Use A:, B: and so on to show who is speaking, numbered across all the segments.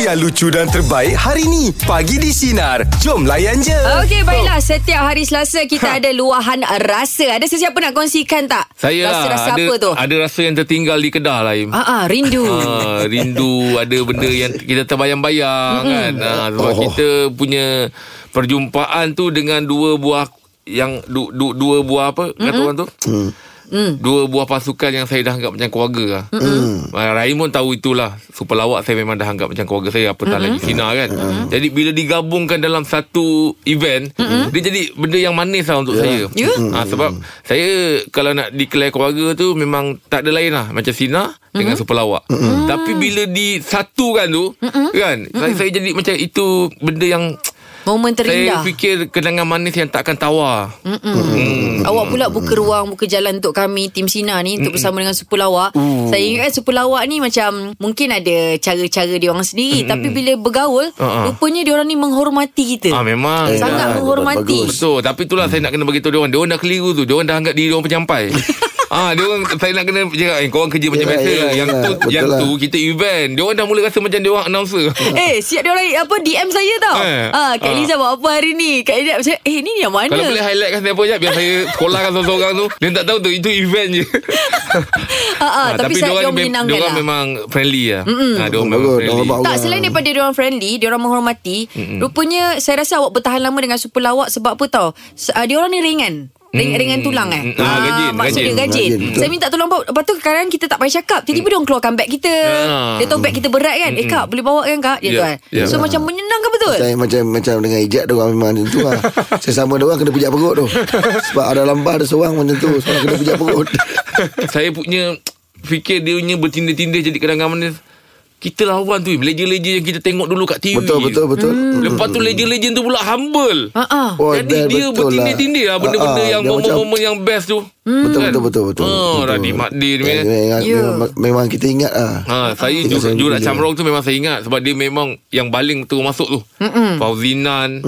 A: yang lucu dan terbaik hari ni. Pagi di Sinar. Jom layan je.
B: Okey, baiklah. Setiap hari Selasa kita
C: Ha.
B: ada luahan rasa. Ada sesiapa nak kongsikan tak?
C: Saya lah
B: Rasa-rasa
C: ada,
B: apa tu?
C: ada rasa yang tertinggal di Kedah lah Im.
B: Ah, ah, rindu.
C: Ah, rindu ada benda yang kita terbayang-bayang kan. Ah, sebab oh. kita punya perjumpaan tu dengan dua buah yang du, du, dua buah apa kata orang tu? Mm. Dua buah pasukan yang saya dah anggap macam keluarga lah. Mm. Rahim pun tahu itulah. Super lawak saya memang dah anggap macam keluarga saya. Apatah mm-hmm. lagi Sina kan. Mm-hmm. Jadi bila digabungkan dalam satu event. Mm-hmm. Dia jadi benda yang manis lah untuk yeah. saya.
B: Ya.
C: Ha, sebab saya kalau nak declare keluarga tu memang tak ada lain lah. Macam Sina mm-hmm. dengan Super Lawak. Mm-hmm. Tapi bila disatukan tu mm-hmm. kan. Mm-hmm. Saya, saya jadi macam itu benda yang
B: Momen
C: saya
B: terindah.
C: fikir kenangan manis yang takkan tawar.
B: Mm-mm. Awak pula buka ruang, buka jalan untuk kami tim Sina ni untuk bersama dengan Super Lawak. Saya ingat kan Super Lawak ni macam mungkin ada cara-cara dia orang sendiri tapi bila bergaul
C: Ah, ah.
B: rupanya dia orang ni menghormati kita.
C: Ah memang.
B: Sangat
C: Ya.
B: menghormati.
C: Betul Tapi itulah hmm. saya nak kena beritahu diorang Diorang dah keliru tu Diorang dah anggap diri diorang penyampai Ah, dia orang saya nak kena cakap eh korang kerja macam
D: Yelah,
C: biasa.
D: yelah,
C: yang
D: yelah.
C: tu
D: Betul
C: yang
D: lah.
C: tu kita event. Dia orang dah mula rasa macam dia orang announcer.
B: Eh, siap dia orang apa DM saya tau.
C: Eh.
B: Ah, Kak
C: Ah.
B: Liza buat apa hari ni? Kak Liza macam eh ni yang mana?
C: Kalau boleh highlightkan siapa je biar saya sekolahkan seorang-seorang tu. Dia tak tahu tu itu event je.
B: Ah, ah,
C: Ah,
B: tapi, saya dia orang
C: mem-
B: menyenangkan
C: diorang
B: lah.
C: memang friendly lah. Ah, diorang memang
D: Bagus,
C: friendly.
D: diorang bagus.
B: Tak
D: Orang-
B: selain daripada dia orang friendly, dia orang menghormati. Mm-mm. Rupanya saya rasa awak bertahan lama dengan super lawak sebab apa tau? Se- Uh, dia orang ni ringan. Ring, Ringan tulang eh
C: Ah, rajin,
B: Maksud dia
C: rajin.
B: rajin,
D: Rajin, betul.
B: Saya minta tolong bawa Lepas tu kadang kita tak payah cakap Tiba-tiba dia orang keluarkan bag kita
C: Ah.
B: Dia tahu bag kita berat kan Eh kak boleh bawa kan kak Dia
C: Ya,
B: tu kan
C: ya.
B: So macam menyenangkan betul
D: Saya macam macam dengan ejak tu orang memang macam tu lah. Sesama dia orang kena pijak perut tu. Sebab ada lambah ada seorang macam tu. Seorang kena pijak perut.
C: saya punya fikir dia punya bertindih-tindih jadi kadang-kadang mana kita lawan tu leja-leja yang kita tengok dulu kat TV.
D: Betul betul betul.
C: Lepas tu legend-legend tu pula humble.
B: Ah, ah.
D: Oh,
C: Jadi
D: dah
C: dia
D: betul lah.
C: bertindih-tindih lah
D: Ah,
C: benda-benda
D: ah,
C: yang
D: dia macam-
C: momen-momen yang best tu.
D: Betul
C: Kan?
D: betul betul betul.
C: Oh,
D: betul.
C: Radhi Makdir ni,
D: Ya,
C: kan?
D: memang-
B: Ya.
D: memang- Memang kita ingat lah.
C: Ha, saya
D: Kita
C: juga
D: selalu
C: jurat
D: bila.
C: Camrong tu memang saya ingat sebab dia memang yang baling tu masuk tu. Mm-mm. Fauzinan.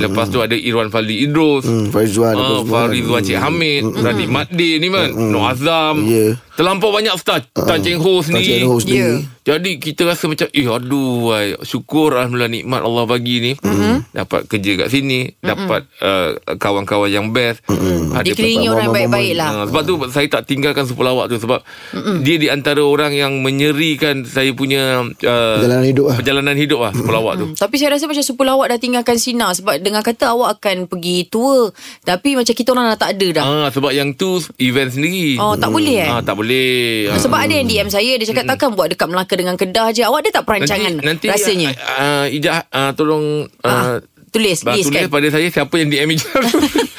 C: Lepas tu ada Irwan Fadli Idrus.
D: Hmm, Faizwan apa
C: Ah,
D: semua kan.
C: Farizwan Cik Hamid Radhi Madin ni kan Nur Azam
D: Ya.
C: Terlampau banyak star Tan Cheng Ho
D: Tan
C: sendiri
D: Cheng Ho sendiri.
B: Ya.
C: Jadi kita rasa macam Eh aduh ay, Syukur Alhamdulillah nikmat Allah bagi ni mm-hmm. Dapat kerja kat sini mm-hmm. Dapat uh, kawan-kawan yang best mm-hmm.
B: Dikelilingi orang
D: momen-momen.
B: baik-baik lah
C: Ha, sebab tu saya tak tinggalkan super lawak tu sebab Mm-mm. dia di antara orang yang menyerikan saya punya uh,
D: Perjalanan hidup lah.
C: Perjalanan hidup lah super lawak tu.
B: Hmm, Tapi saya rasa macam Super lawak dah tinggalkan Sina Sebab dengar kata awak akan pergi tour Tapi macam kita orang dah tak ada dah
C: Ah sebab yang tu event sendiri.
B: Oh, tak boleh, eh?
C: Ah tak boleh. Ah.
B: Sebab ada yang DM saya Dia cakap takkan buat dekat Melaka dengan Kedah je Awak ada tak perancangan nanti, rasanya
C: ah, ah, Ijah ah, tolong
B: Ah,
C: ah,
B: Tulis,
C: bah-
B: list kan
C: tulis pada saya siapa yang DM Ijah. lah.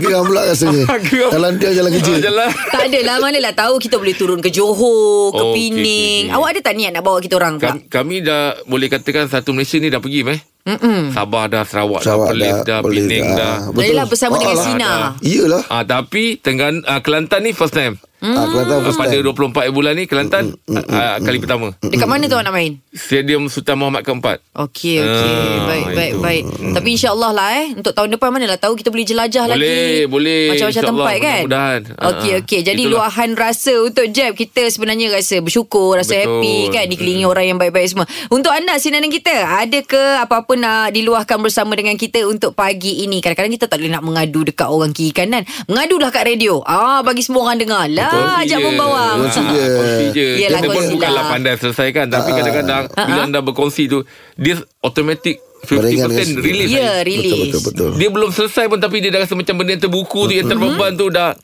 D: Geram pula rasanya.
C: Geram.
D: Dalam dia jalan kerja.
C: Ah, Jalan.
B: tak adalah, manalah tahu kita boleh turun ke Johor, ke oh,
C: Oh,
B: Pening.
C: okey, okey, Kan? okey.
B: Awak ada tak niat nak bawa kita orang pula?
C: Kami, kami dah boleh katakan satu Malaysia ni dah pergi meh.
B: Mm-mm.
C: Sabah dah, Sarawak, dah,
D: Sarawak
C: Perlis dah,
D: Perlis
C: Penang dah.
D: Betul.
B: Yalah, bersama dengan
D: lah.
B: Sina.
D: Iyalah.
C: Ah tapi Tenggan ah, Kelantan ni first time.
B: Hmm.
D: Ah, Kelantan
C: Ah,
D: first
C: Pada
D: time.
C: 24 bulan ni Kelantan ah, ah, kali pertama.
B: Dekat mana tu awak nak main?
C: Stadium Sultan Muhammad keempat.
B: Okey, okey.
C: Ah,
B: baik, baik,
C: itu. Hmm.
B: baik. Tapi insyaAllah lah eh. Untuk tahun depan manalah tahu kita boleh jelajah
C: Boleh,
B: lagi.
C: boleh.
B: Macam-macam
C: InsyaAllah,
B: tempat kan?
C: mudah-mudahan. Ah,
B: Okey,
C: ah.
B: okey. Jadi
C: Itulah.
B: luahan rasa untuk Jeb. Kita sebenarnya rasa bersyukur, rasa
C: Betul. Hmm.
B: happy kan. Dikelilingi orang yang baik-baik semua. Untuk anda, sinanan kita. Ada ke apa-apa nak diluahkan bersama dengan kita untuk pagi ini? Kadang-kadang kita tak boleh nak mengadu dekat orang kiri kanan. Mengadulah kat radio. Ah, bagi semua orang dengar. Lah, ajak membawa. Ya,
C: Kongsi
D: Kongsi
C: je.
D: je.
C: Kongsi je.
B: Yelah,
C: Kita pun
B: kongsi
C: bukanlah
B: lah.
C: pandai selesaikan. Tapi kadang-kadang bila anda berkongsi tu, dia automatic
D: Beringat dengan
C: 50%
D: sendiri.
C: release.
B: Ya,
D: Betul,
B: release.
D: betul, betul.
C: Dia belum selesai pun tapi dia dah rasa macam benda yang terbuku tu, yang terbeban tu dah...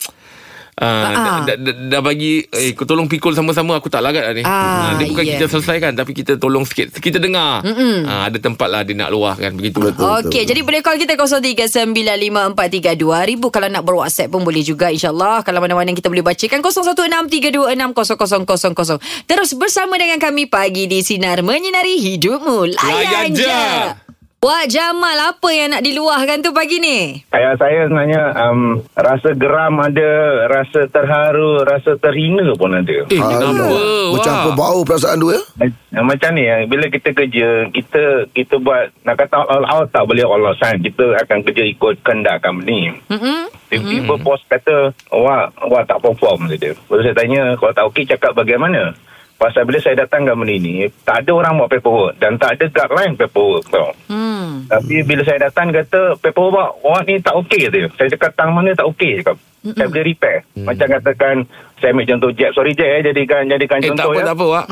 B: Ah.
C: Ah, dah, dah, dah bagi eh kau tolong pikul sama-sama aku tak larat lah ni.
B: Ah,
C: Ah, dia bukan
B: yeah.
C: kita selesaikan tapi kita tolong sikit. Kita dengar. Ah, ada tempat lah dia nak luahkan begitu.
D: Betul.
B: Okey, jadi boleh call kita 0395432000 kalau nak berWhatsApp pun boleh juga insyaallah. Kalau mana-mana kita boleh bacakan 0163260000. Terus bersama dengan kami pagi di sinar menyinari hidupmu. Layan
C: Layan
B: je.
C: je.
B: Wah Jamal, apa yang nak diluahkan tu pagi ni?
E: Saya saya sebenarnya um, rasa geram ada, rasa terharu, rasa terhina pun ada.
C: Eh,
D: Ah,
C: kenapa?
D: Macam
C: Wah.
D: apa bau perasaan tu ya?
E: Eh, Macam ni eh, bila kita kerja, kita kita buat nak kata all out tak boleh all out kan. Kita akan kerja ikut kehendak company.
B: Mm-mm.
E: Tiba-tiba bos kata, wah, wah tak perform kata dia. Lepas tu saya tanya, kalau tak okey cakap bagaimana? Pasal bila saya datang ke benda ni, tak ada orang buat paperwork dan tak ada guideline paperwork tau. Hmm. Tapi bila saya datang kata paperwork awak ni tak okey dia. Saya cakap tang mana tak okey cakap. Mm-mm. Saya boleh repair. Mm. Macam katakan saya ambil contoh Jeb. Sorry Jeb eh jadikan jadikan
C: Eh tak
E: contoh
C: apa
E: ya.
C: tak apa Mm. Wak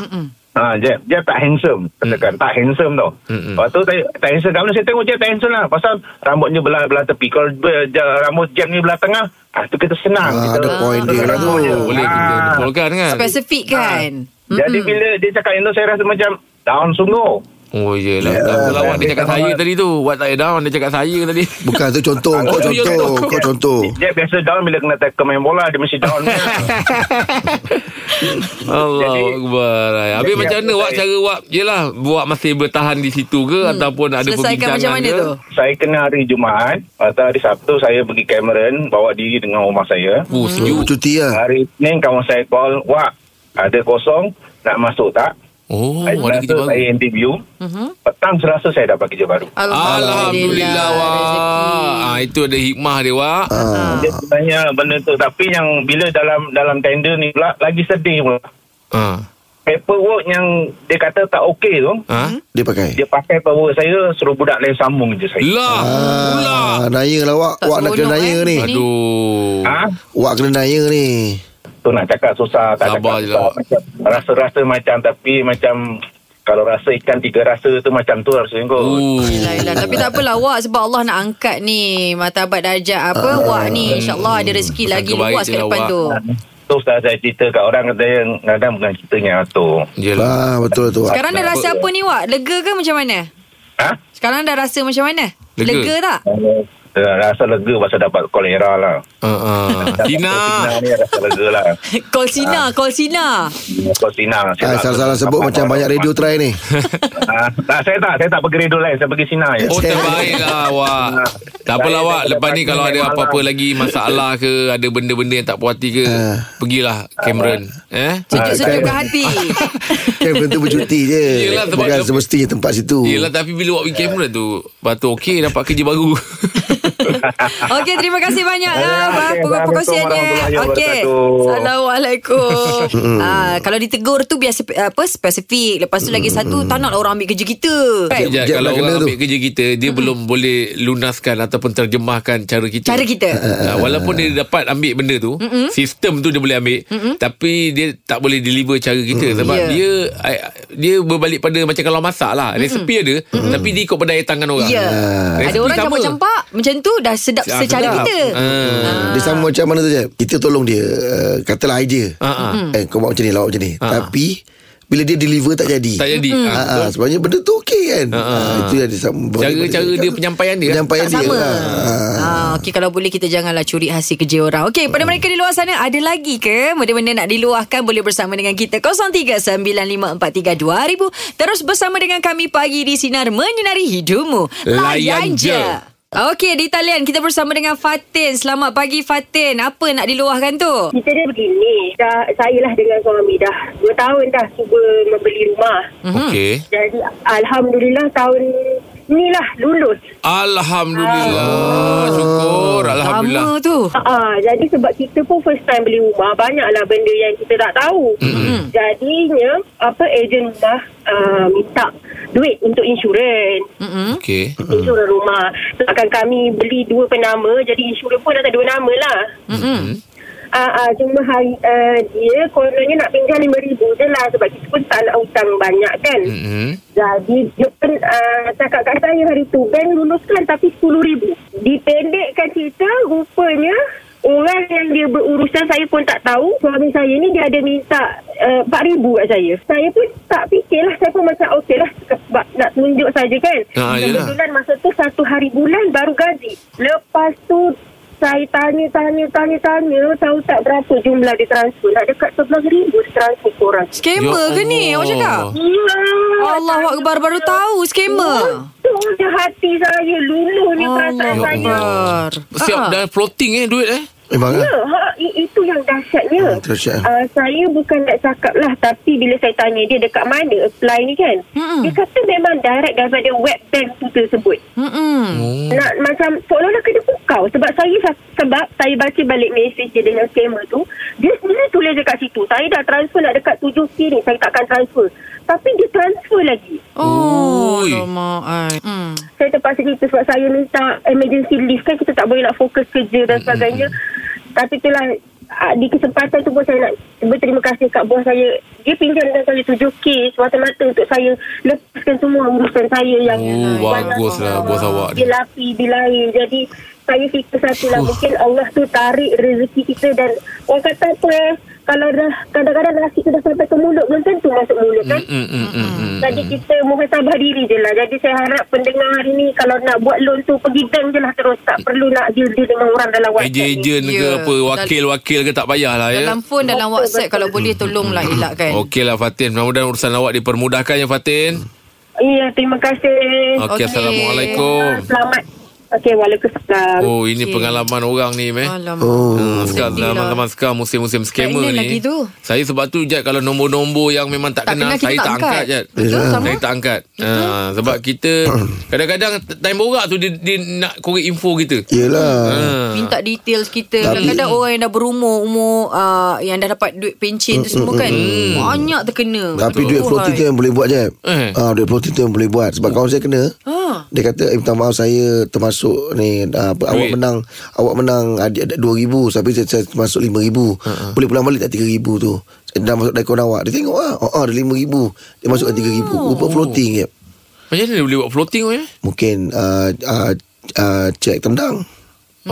E: Ha, Jeb, Jeb tak handsome. Katakan tak handsome tau.
C: Mm-mm.
E: Lepas tu saya, tak handsome. Kat mana saya tengok Jeb tak handsome lah. Pasal rambutnya belah belah tepi. Kalau ber- ja- rambut Jeb ni belah tengah, ah, tu kita senang.
D: Ah,
E: kita,
D: ada point dia lah tu.
C: Oh, Boleh kita depolkan kan
B: Spesifik kan?
E: Jadi bila dia cakap yang tu, saya rasa macam down sungguh.
C: Oh yelah
D: Ya,
C: yeah. Lawan dia cakap saya tadi tu Wak tak payah down Dia cakap saya tadi
D: Bukan tu contoh Kau
C: Oh, ya,
D: contoh
C: contoh.
D: Kau contoh
E: Dia biasa down bila kena tackle main bola, dia mesti down.
C: Allah
E: Jadi-
C: Akbar Ay, Habis
E: Jadi
C: macam
E: aku
C: mana Wak
E: saya-
C: cara Wak Yelah Wak masih bertahan di situ ke Ataupun ada
B: Hmm. Selesaikan
C: perbincangan
B: macam mana
C: ke?
B: tu?
E: saya kena hari Jumaat, atau hari Sabtu saya pergi Cameron, bawa diri dengan rumah saya.
C: Oh sejuk
D: Cuti lah
E: Hari Isnin kawan saya call, Wak, ada kosong, nak masuk tak?
C: Oh
E: Hari
C: ada kita
E: Selasa saya
C: baru
E: interview.
B: Mhm.
E: Petang Selasa saya dapat kerja baru.
C: Alhamdulillah Wak
B: rezeki.
C: ha, Itu ada hikmah dia Wak
D: Ah. Ha.
E: Dia
C: Ah.
E: sebenarnya benda tu. Tapi yang bila dalam dalam tender ni pula, lagi sedih pula.
C: ha.
E: Paperwork yang dia kata tak okey tu,
C: Ha?
D: Dia pakai
E: dia pakai paperwork saya, suruh budak lain sambung je saya.
C: Lah Lah
D: Ah, Naya lah Wak
B: Tak
D: Wak nak
B: seronok,
D: kena naya
B: eh.
D: ni
B: Ni-
C: Aduh
E: Ha?
D: Wak kena naya ni
E: Tu nak cakap susah tak
C: Sabar
E: cakap
C: je
E: susah.
C: lah.
E: Macam, Rasa-rasa macam tapi macam kalau rasa ikan tiga rasa tu macam tu harusnya kot.
C: Oh.
B: Yelah, yelah. Tapi tak apalah Wak Sebab Allah nak angkat ni Martabat darjah apa uh,
C: Ah,
B: Wak ni InsyaAllah ada rezeki
C: Sangka
B: lagi
C: hmm, baik
B: luas
C: je
B: ke
C: lah,
B: depan
C: Wak.
B: tu
E: Tu setelah saya cerita kat orang kata yang kadang bukan kita yang atur.
C: Yelah
D: ah, Betul tu Wak
B: Sekarang dah rasa apa ni Wak? Lega ke macam mana?
E: Ha?
B: Sekarang dah rasa macam mana?
C: Lega.
B: Lega tak?
E: Eh, Rasa lega pasal dapat kolera lah.
C: Ha, ha. Tina
E: Sina ni rasa lega lah.
B: Call
C: Ah.
B: Sina, call Sina.
E: Kau Sina.
D: ah, Salah-salah sebut macam banyak radio try ni
E: Ah, tak, saya tak. Saya tak pergi radio lain. Saya pergi Sina je.
C: Oh terbaiklah Wak Tak apalah Wak Lepas ni kalau ada apa-apa lagi Masalah ke Ada benda-benda yang tak puas hati ke Pergilah Cameron Eh
B: Sejuk-sejuk ke hati.
D: Kan tentu bercuti je
C: Yelah, tempat-
D: Bukan semestinya tempat situ
C: Yelah tapi bila Wak pergi Cameron tu Lepas tu okey dapat kerja baru
B: Okey, terima kasih banyak lah
E: Ya,
B: Abang
E: okey.
B: pokok perkongsiannya.
E: Assalamualaikum warahmatullahi
B: Okey.
E: wabarakatuh.
B: Assalamualaikum. ah, kalau ditegur tu biasa apa spesifik. Lepas tu lagi satu tak nak orang ambil kerja kita. Kan?
C: Sekejap
D: Sekejap
C: Kalau
D: nak
C: orang
D: kena tu.
C: ambil kerja kita Dia belum boleh lunaskan Ataupun terjemahkan cara kita
B: Cara kita.
C: Ah, Walaupun dia dapat ambil benda tu Mm-mm. Sistem tu dia boleh ambil Mm-mm. Tapi dia tak boleh deliver cara kita Sebab
B: Ya.
C: yeah. dia I- Dia berbalik pada Macam kalau masak lah Resepi ada Mm-mm. Tapi dia ikut pedaya tangan orang
B: Ya.
C: Resepi
B: Ada orang
C: sama.
B: campak-campak macam tu dah sedap
C: Ah,
B: secara
C: sedap.
B: kita.
C: Ah.
D: Dia sama macam mana tu je Kita tolong dia uh, Katalah idea
C: Ah, ah.
B: Hmm.
D: Eh kau buat macam ni Lawak macam ni
C: Ah.
D: Tapi Bila dia deliver tak jadi
C: Tak jadi
D: Ah,
C: Ah,
D: ah, sebenarnya benda tu okey kan.
C: Ah, ah.
D: Ah, itu yang dia sama-
C: Cara-cara dia penyampaian dia.
D: Penyampaian
B: tak
D: dia.
B: sama.
C: Ya.
D: lah. Ah.
B: Ha, okey kalau boleh kita janganlah curi hasil kerja orang. Okey,
C: Ah.
B: pada mereka di luar sana ada lagi ke benda-benda nak diluahkan boleh bersama dengan kita 0395432000 terus bersama dengan kami pagi di sinar menyinari hidupmu.
C: Layan je.
B: Okey, di talian kita bersama dengan Fatin. Selamat pagi Fatin. Apa nak diluahkan tu?
F: Cerita dia begini dah, Saya lah dengan suami dah Dua tahun dah cuba membeli rumah
B: Mm-hmm.
C: Okey
F: Jadi Alhamdulillah tahun ni lah lulus
C: Alhamdulillah Syukur Alhamdulillah
B: Lama tu.
F: Aa, Ah, Jadi sebab kita pun first time beli rumah Banyaklah benda yang kita tak tahu mm-hmm. Jadinya apa Ejen rumah uh, minta duit untuk insurans
B: Mm-mm.
C: Okey
F: Insurans rumah Sebabkan kami beli dua penama Jadi insurans pun ada dua nama lah
B: Mm-mm.
F: Uh, uh, cuma hari, uh, dia kononnya nak pinjam RM5,000 je lah sebab kita pun tak nak hutang banyak kan. Mm.
C: Mm-mm.
F: Jadi dia pun uh, cakap kat saya hari tu bank luluskan tapi RM10,000. Dipendekkan cerita rupanya orang yang dia berurusan saya pun tak tahu. Suami saya ni dia ada minta uh, RM4,000 kat saya. Saya pun tak fikirlah. Saya pun macam okey lah sebab nak tunjuk saja kan.
C: Ah, yelah.
F: Kebetulan masa tu satu hari bulan baru gaji. Lepas tu saya tanya, tanya, tanya, tanya. Tahu tak berapa jumlah dia transfer? Nak dekat RM11,000 dia transfer korang.
B: Scammer
C: Ya
B: ke ni? Awak
C: Allah.
B: cakap?
F: Ya.
B: Allah Akbar baru tahu scammer.
F: Betul je hati saya Luluhnya perasaan
B: Oh, ya Allah
F: saya
B: Akbar.
C: Siap
B: Ah.
C: dah floating eh duit eh
D: Memang ah.
F: Ya, ha, i- itu yang
D: Hmm,
F: dahsyatnya.
D: dahsyat.
F: Uh, saya bukan nak cakap lah tapi bila saya tanya dia dekat mana apply ni kan.
B: Mm-mm.
F: Dia kata memang direct daripada web bank tu tersebut.
B: Mm-mm.
F: Nak macam seolah-olah kena pukau sebab saya sebab saya baca balik message dia dengan scammer tu dia sendiri tulis dekat situ saya dah transfer nak dekat 7k ni saya takkan transfer tapi dia transfer lagi
B: Oh,
C: Ui.
B: alamak. ai. Mm.
F: saya terpaksa cerita sebab saya minta emergency leave kan kita tak boleh nak fokus kerja dan sebagainya tapi itulah ah, di kesempatan tu pun saya nak berterima kasih kat bos saya dia pinjamkan saya 7k semata-mata untuk saya lepaskan semua urusan saya yang
C: Oh, baguslah bos awak
F: dia
C: ni.
F: lapi dilahir jadi saya fikir satu lah mungkin Allah tu tarik rezeki kita dan orang kata apa eh kalau dah kadang-kadang nasi tu dah sampai ke mulut belum tentu masuk mulut kan
C: Mm, mm, mm, mm.
F: jadi kita muhasabah diri je lah Jadi saya harap pendengar hari ni Kalau nak buat loan tu Pergi bank je lah terus Tak perlu nak deal deal dengan orang dalam WhatsApp ni
C: Ejen-ejen ke
B: Ya.
C: apa Wakil-wakil ke tak
D: Eh.
C: payahlah ya
B: Dalam phone, dalam WhatsApp kalau boleh tolonglah elakkan.
C: Okey lah Fatin Mudah-mudahan urusan awak dipermudahkan ya Fatin
F: Ya terima kasih
C: Okey
B: Okey.
C: Assalamualaikum
F: Selamat Okey Waalaikumsalam
C: Oh
B: Hmm.
C: ini
B: Okey.
C: pengalaman orang ni meh
B: Alamak.
D: Oh.
C: Hmm, sekarang
B: sedih lah.
C: zaman-zaman sekarang musim-musim scammer
B: Pregnant
C: ni.
B: lagi tu.
C: Saya sebab tu Jad kalau nombor-nombor yang memang tak,
B: Tak kenal,
C: kenal
B: kita
C: saya
B: tak
C: tak angkat,
B: angkat.
C: Jad.
B: Betul, sama.
C: Saya tak angkat. Ha, sebab kita kadang-kadang time borak tu dia, dia nak korek info kita.
D: Yelah
C: Ha.
B: Minta details kita
D: Tapi-
B: Kadang-kadang orang yang dah berumur Umur uh, Yang dah dapat duit pencen tu semua kan Banyak terkena
D: Tapi
B: Betul.
D: duit floating tu yang boleh buat je
C: Eh. Hmm.
D: Ah, Duit floating tu yang boleh buat Sebab kawan saya kena
B: Ha.
D: Dia kata eh, minta maaf saya termasuk ni ah, apa, awak
C: Duit.
D: menang awak menang adik ada 2000 tapi saya, saya termasuk 5000. Uh-huh. Boleh pulang balik tak 3000 tu. Saya dah masuk dalam awak. Dia tengok ah, oh, oh ada 5000. Dia masukkan
C: Oh.
D: 3000. Rupa floating je.
C: Macam mana dia boleh buat floating tu ya?
D: Mungkin uh, uh, uh, cek tendang.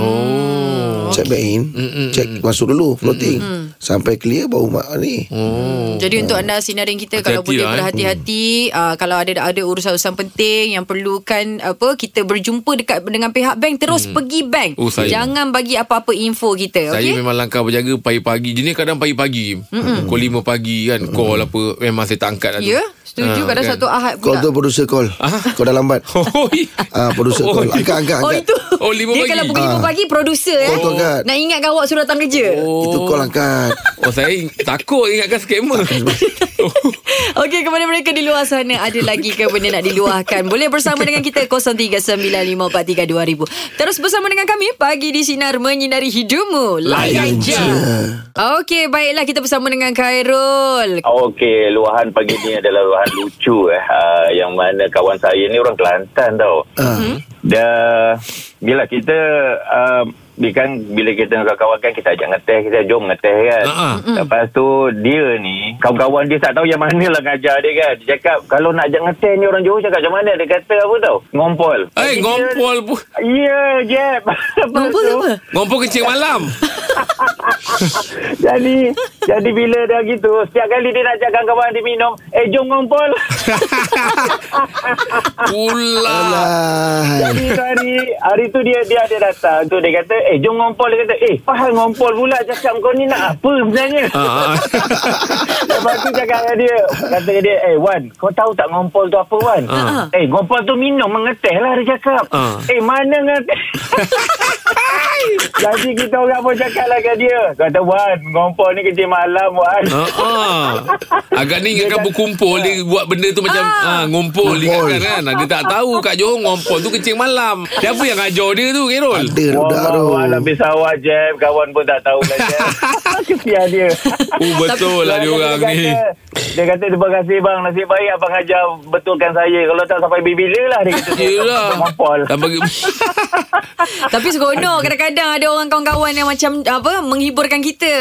C: Oh. mm.
D: Check back in
C: Mm-mm.
D: Check masuk dulu Floating
C: mm,
D: Sampai clear baru mak ni
B: Hmm.
C: Oh.
B: Jadi untuk anda sinarin kita
C: Hati-hati
B: kalau boleh
C: lah, eh.
B: berhati-hati uh, kalau ada ada urusan-urusan penting yang perlukan apa kita berjumpa dekat dengan pihak bank terus pergi bank.
C: Oh, saya.
B: Jangan bagi apa-apa info kita
C: Saya lah.
B: okey.
C: memang langkah berjaga pagi-pagi. Jenis kadang pagi-pagi. Mm-mm. Call 5 pagi kan. Call apa. Memang saya tak angkat lah tu.
B: Ya, setuju
C: Ha,
B: kadang
C: kan?
B: satu ahad
D: Call
B: pula.
D: tu producer call Kau dah lambat
C: Oh,
D: Ah,
C: Ah.
D: Producer
C: Oh,
D: call
C: iya.
D: Angkat angkat
B: Oh
D: angkat
B: itu.
C: Oh, lima
B: Dia
C: pagi.
B: kalau pukul lima
D: Ah.
B: pagi producer eh.
D: Call tu angkat.
B: Nak ingatkan awak suruh datang kerja.
D: Itu lah, kan? call angkat
C: Oh saya ing- takut ingatkan skamer.
B: Okey kepada mereka di luar sana ada lagi ke benda nak diluahkan boleh bersama dengan kita 0395432000 terus bersama dengan kami pagi di sinar menyinari hidupmu layan je Okey baiklah kita bersama dengan Khairul
E: Oh, Okey, luahan pagi ni adalah luahan lucu eh. Uh, yang mana kawan saya ni orang Kelantan tau. Uh-huh. Dia bila kita uh, dia kan bila kita dengan kawan kan kita ajak ngeteh, kita jom ngeteh kan.
C: Ha-ha.
E: Uh-huh. Lepas tu dia ni kawan-kawan dia tak tahu yang mana lah ngajar dia kan. Dia cakap kalau nak ajak ngeteh ni orang Johor cakap macam mana? Dia kata apa tau? Ngompol.
C: Eh ngompol pun.
E: Ya, yeah, Jeb. Lepas
B: Nombor
E: tu-
B: apa?
C: Ngompol kencing malam.
E: Jadi Jadi bila dah gitu Setiap kali dia nak jaga kawan dia minum Eh jom ngompol
C: Pula.
D: Alah
E: Jadi tu hari Hari tu dia dia ada datang tu Dia kata Eh jom ngompol Dia kata Eh faham ngompol pula Cakap kau ni nak apa sebenarnya
C: Ah, ah.
E: Lepas tu cakap dengan dia Kata dengan dia Eh Wan Kau tahu tak ngompol tu apa Wan
C: Ah.
E: Eh ngompol tu minum Mengeteh lah dia cakap
C: Ah.
E: Eh mana ngeteh Jadi kita orang pun cakap lah kat dia Kata Wan Ngompol ni kerja malam Wan
C: Ah, ah. Agak ni ingatkan berkumpul Dia buat benda tu macam ah. Ngumpul Ingatkan kan Dia tak tahu Kat Johor ngompol tu kencing malam Siapa yang ajar dia tu Kerol
D: Ada budak tu
E: Wallahu alam bisawah Jeb Kawan pun tak tahu lah Jeb Kesian dia
C: Oh betul lah dia orang
E: kata,
C: ni
E: Dia kata terima kasih bang Nasib baik abang ajar Betulkan saya Kalau tak sampai bila lah Dia kata
C: Yelah
E: Mampol
C: Dah bagi
B: Tapi seronok kadang-kadang ada orang kawan-kawan yang macam apa menghiburkan kita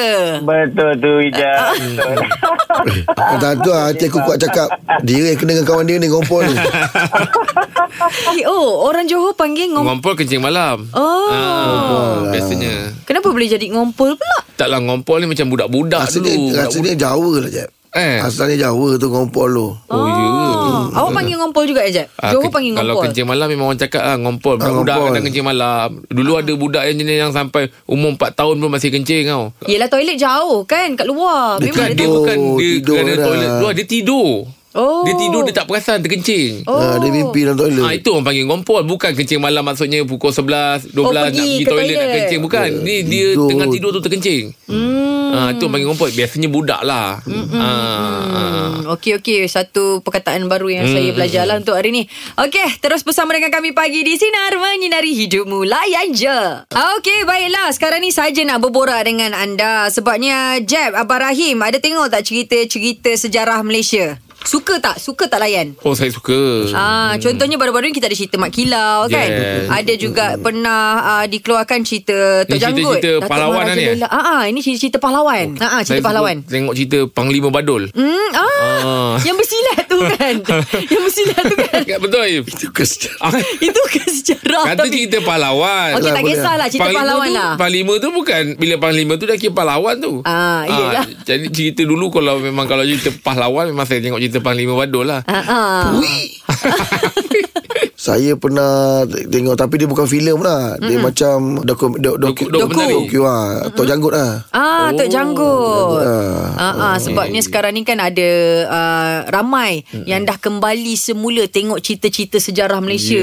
E: Betul tu Ijaz Betul.
D: Tak tu lah Hati aku kuat cakap Dia yang kena dengan kawan dia ni Ngompol ni
B: Eh, Oh orang Johor panggil ngompol
C: Ngompol kencing malam
B: Oh.
D: lah.
C: ah, Biasanya
B: Kenapa boleh jadi ngompol pula
C: Taklah ngompol ni macam budak-budak
D: Rasanya,
C: dulu
D: rasanya Jawa lah Jeb
C: Eh.
D: Asalnya Jawa tu Ngompol tu
C: Oh, ya.
B: Ah. Awak panggil ngompol juga Ejab
C: Ah,
B: Johor
C: ke-
B: panggil
C: Kalau
B: ngompol
C: kencing malam Memang orang cakap ah, Ngompol
D: Ah,
C: Budak-budak
D: ngompol.
C: kadang kencing malam Dulu ada budak yang jenis Yang sampai umur 4 tahun Pun masih kencing tau
B: Yelah toilet jauh kan Kat luar
C: Bukan
B: Memang ada
C: dia
D: tidur,
C: bukan Dia
D: tidur lah.
C: kerana
D: dah.
C: toilet keluar Dia tidur
B: Oh.
C: Dia tidur dia tak perasan terkencing.
B: Oh.
D: Ah, dia mimpi dalam toilet.
C: Ah itu orang panggil ngompol bukan kencing malam maksudnya pukul 11 12
B: Oh,
C: nak
B: pergi
C: pergi
B: ke
C: toilet, nak
B: toilet.
C: kencing bukan ni dia
D: tidur.
C: tengah tidur tu terkencing. Hmm. Ah itu orang panggil ngompol biasanya budak lah. Hmm. Ah.
B: Hmm, okey okey satu perkataan baru yang saya
C: Hmm.
B: belajar lah untuk hari ni. Okey, terus bersama dengan kami pagi di sinar menyinari hidupmu layan je. Okey, baiklah. Sekarang ni saja nak berborak dengan anda sebabnya Jeb Abang Rahim ada tengok tak cerita-cerita sejarah Malaysia? Suka tak? Suka tak layan?
C: Oh saya suka.
B: Ah, contohnya baru-baru ni kita ada cerita Mak Kilau kan.
C: Hmm. Yes.
B: Ada juga pernah ah, dikeluarkan cerita Tok
C: Ni
B: Janggut. Datuk
C: cerita-cerita pahlawan
B: Maharaja
C: ni, eh? Oh.
B: Lola. Ah, ah, ini cerita pahlawan. Ha ah, cerita
C: saya
B: pahlawan.
C: suka Tengok cerita Panglima Badul.
B: Hmm, ah,
C: Ah.
B: yang bersilat tu kan. yang bersilat tu kan.
C: Ya, Betul Aif.
D: Itu kes-
C: Ah,
B: Itu ke sejarah
C: Kata
B: tapi.
C: cerita lah pahlawan.
B: Okey tak
D: boleh.
B: kisahlah cerita pahlawan
C: tu,
B: lah.
C: Panglima tu bukan bila panglima tu dah kira pahlawan tu.
B: Ah, iyalah.
C: jadi cerita dulu kalau memang kalau cerita pahlawan memang saya tengok cerita panglima badul lah.
B: Ah, ah.
D: Saya pernah tengok tapi dia bukan filem lah. Dia macam dokum do, do,
C: Doku-
D: doku
C: dokumentari.
D: doku ah, Tok Janggut lah.
B: Ah,
C: Oh.
B: Tok Janggut.
D: Ah.
B: Ah, ah, sebabnya sekarang ni kan ada uh, ramai
C: Hmm.
B: yang dah kembali semula tengok cerita-cerita sejarah Malaysia.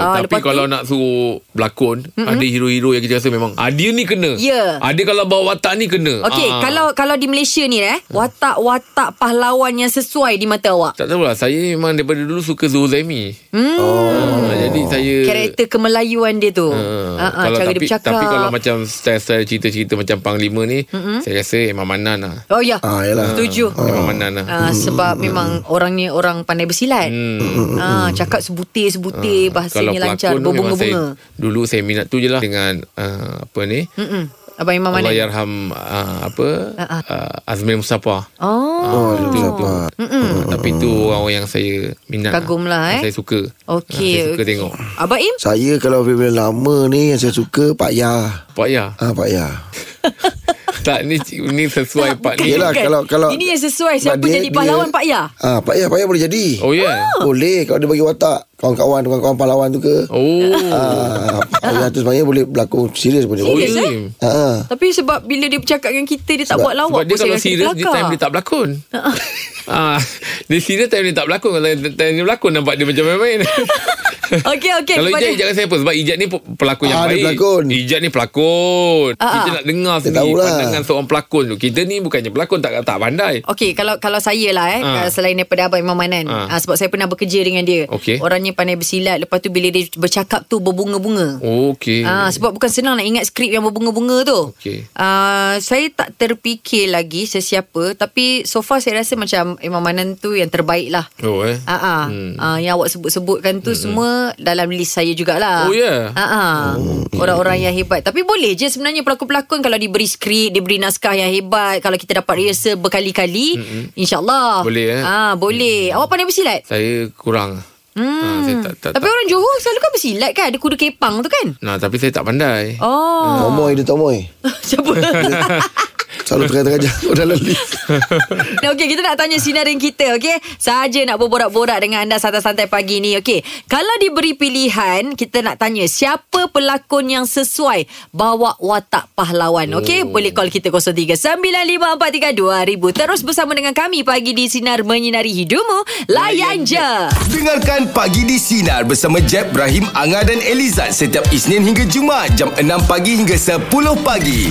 B: Ah,
C: Ya, tapi kalau nak suruh berlakon, mm-hmm. ada hero-hero yang kita rasa memang ah, dia ni kena.
B: Ya.
C: Ah, dia kalau bawa watak ni kena.
B: Okey,
C: Ah. Hmm.
B: kalau kalau di Malaysia ni eh, watak-watak pahlawan yang sesuai di mata awak.
C: tak tahulah saya memang daripada dulu suka Zul Zaimi.
B: Hmm.
C: Ah, jadi saya
B: Karakter kemelayuan dia tu.
C: Ah,
B: Ah, ah,
C: kalau
B: cara
C: tapi,
B: dia bercakap.
C: Tapi kalau macam style-style cerita-cerita macam Panglima ni, mm-hmm. saya rasa memang Manan lah.
B: Oh ya.
D: Ah, yalah.
B: Setuju.
C: Memang Manan lah.
B: Ah, sebab memang orang ni orang pandai bersilat.
C: Hmm. Ah,
B: Ah, cakap sebutir-sebutir bahasanya lancar
C: tu memang
B: berbunga-bunga.
C: Saya, dulu saya minat tu je lah dengan uh, apa ni?
B: Mm-mm. Abang Imam
C: Allah ya-
B: mana?
C: yarham uh, apa?
B: Ah,
C: Uh, Azmi Mustafa. Ah,
B: Oh.
D: Oh, itu apa?
C: Uh, tapi tu orang-orang yang saya minat. Ah,
B: Kagum lah, eh.
C: Saya suka.
B: Okey.
C: Ah, saya suka tengok.
B: Abang Im?
D: Saya kalau filem lama ni yang saya suka Pak Yah.
C: Pak ya.
D: Ah Pak Yah.
C: tak ni ni sesuai Pak ni.
D: Yelah, kalau- kalau-
B: Kan? Ini yang sesuai siapa
D: Dia-
B: jadi pahlawan
D: dia-
B: Pak Yah?
D: Ah Pak Yah, Pak Yah boleh jadi.
C: Oh ya.
D: Boleh kalau dia bagi watak kawan-kawan kawan-kawan pahlawan tu ke.
C: Yeah. Oh.
D: Ah, Pak Yah tu sebenarnya boleh berlakon serius pun dia.
C: Oh
B: Serius,
C: ya.
B: eh?
D: Ah, ah.
B: Tapi sebab bila dia bercakap dengan kita dia tak buat
C: Sebab
B: lawak
C: dia
B: pun saya
C: kalau
B: rasa
C: serius Dia
B: Oh, kelakar.
C: time dia tak berlakon ah, Dia serius time dia tak berlakon Kalau time dia berlakon Nampak dia macam main-main
B: Okey okey
C: Kalau
B: sebab
C: Ijat
B: dia-
C: Ijat rasa apa Sebab Ijat ni pe- pelakon yang
D: Ah, dia
C: baik
D: pelakon.
C: Ijat ni pelakon
B: Ah,
C: Kita
B: ah.
C: nak dengar sendiri
D: tahulah.
C: Pandangan seorang pelakon tu Kita ni bukannya pelakon Tak tak pandai
B: Okey, kalau kalau saya lah eh,
C: Ah.
B: ha. selain daripada Abang Imam Manan, ha.
C: Ah.
B: sebab saya pernah bekerja dengan dia.
C: Okey.
B: Orangnya pandai bersilat, lepas tu bila dia bercakap tu berbunga-bunga.
C: Okey
B: Ah sebab bukan senang nak ingat skrip yang berbunga-bunga tu.
C: Okey.
B: Ah saya tak terfikir lagi sesiapa tapi so far saya rasa macam Imam Manan tu yang terbaik lah.
C: Oh eh
B: Ah ah hmm. ah yang awak sebut-sebutkan tu hmm. semua dalam list saya jugalah.
C: Oh, ya?
B: Ah ah. Orang-orang yang hebat. Tapi boleh je sebenarnya pelakon-pelakon kalau diberi skrip, diberi naskah yang hebat, kalau kita dapat rehearsal berkali-kali, hmm. insya-Allah.
C: Boleh, eh?
B: Ah boleh. Awak pandai bersilat?
C: Saya kurang hmm. ah, Saya tak, tak,
B: Tapi
C: tak.
B: orang Johor selalu kan bersilat kan? Ada kuda kepang tu kan?
C: Nah, tapi saya tak pandai
B: Oh.
D: Tomoy dia Tomoy.
B: Siapa?
D: Selalu tengah-tengah jatuh dalam lift.
B: Nah, okey, kita nak tanya sinarin kita, okey? Saja nak berborak-borak dengan anda santai-santai pagi ni, okey? Kalau diberi pilihan, kita nak tanya siapa pelakon yang sesuai bawa watak pahlawan, okey? Boleh call kita 0395432000. Terus bersama dengan kami pagi di Sinar Menyinari Hidupmu, layan je.
A: Dengarkan Pagi di Sinar bersama Jeb, Ibrahim, Anga dan Elizad setiap Isnin hingga Jumaat jam 6 pagi hingga 10 pagi.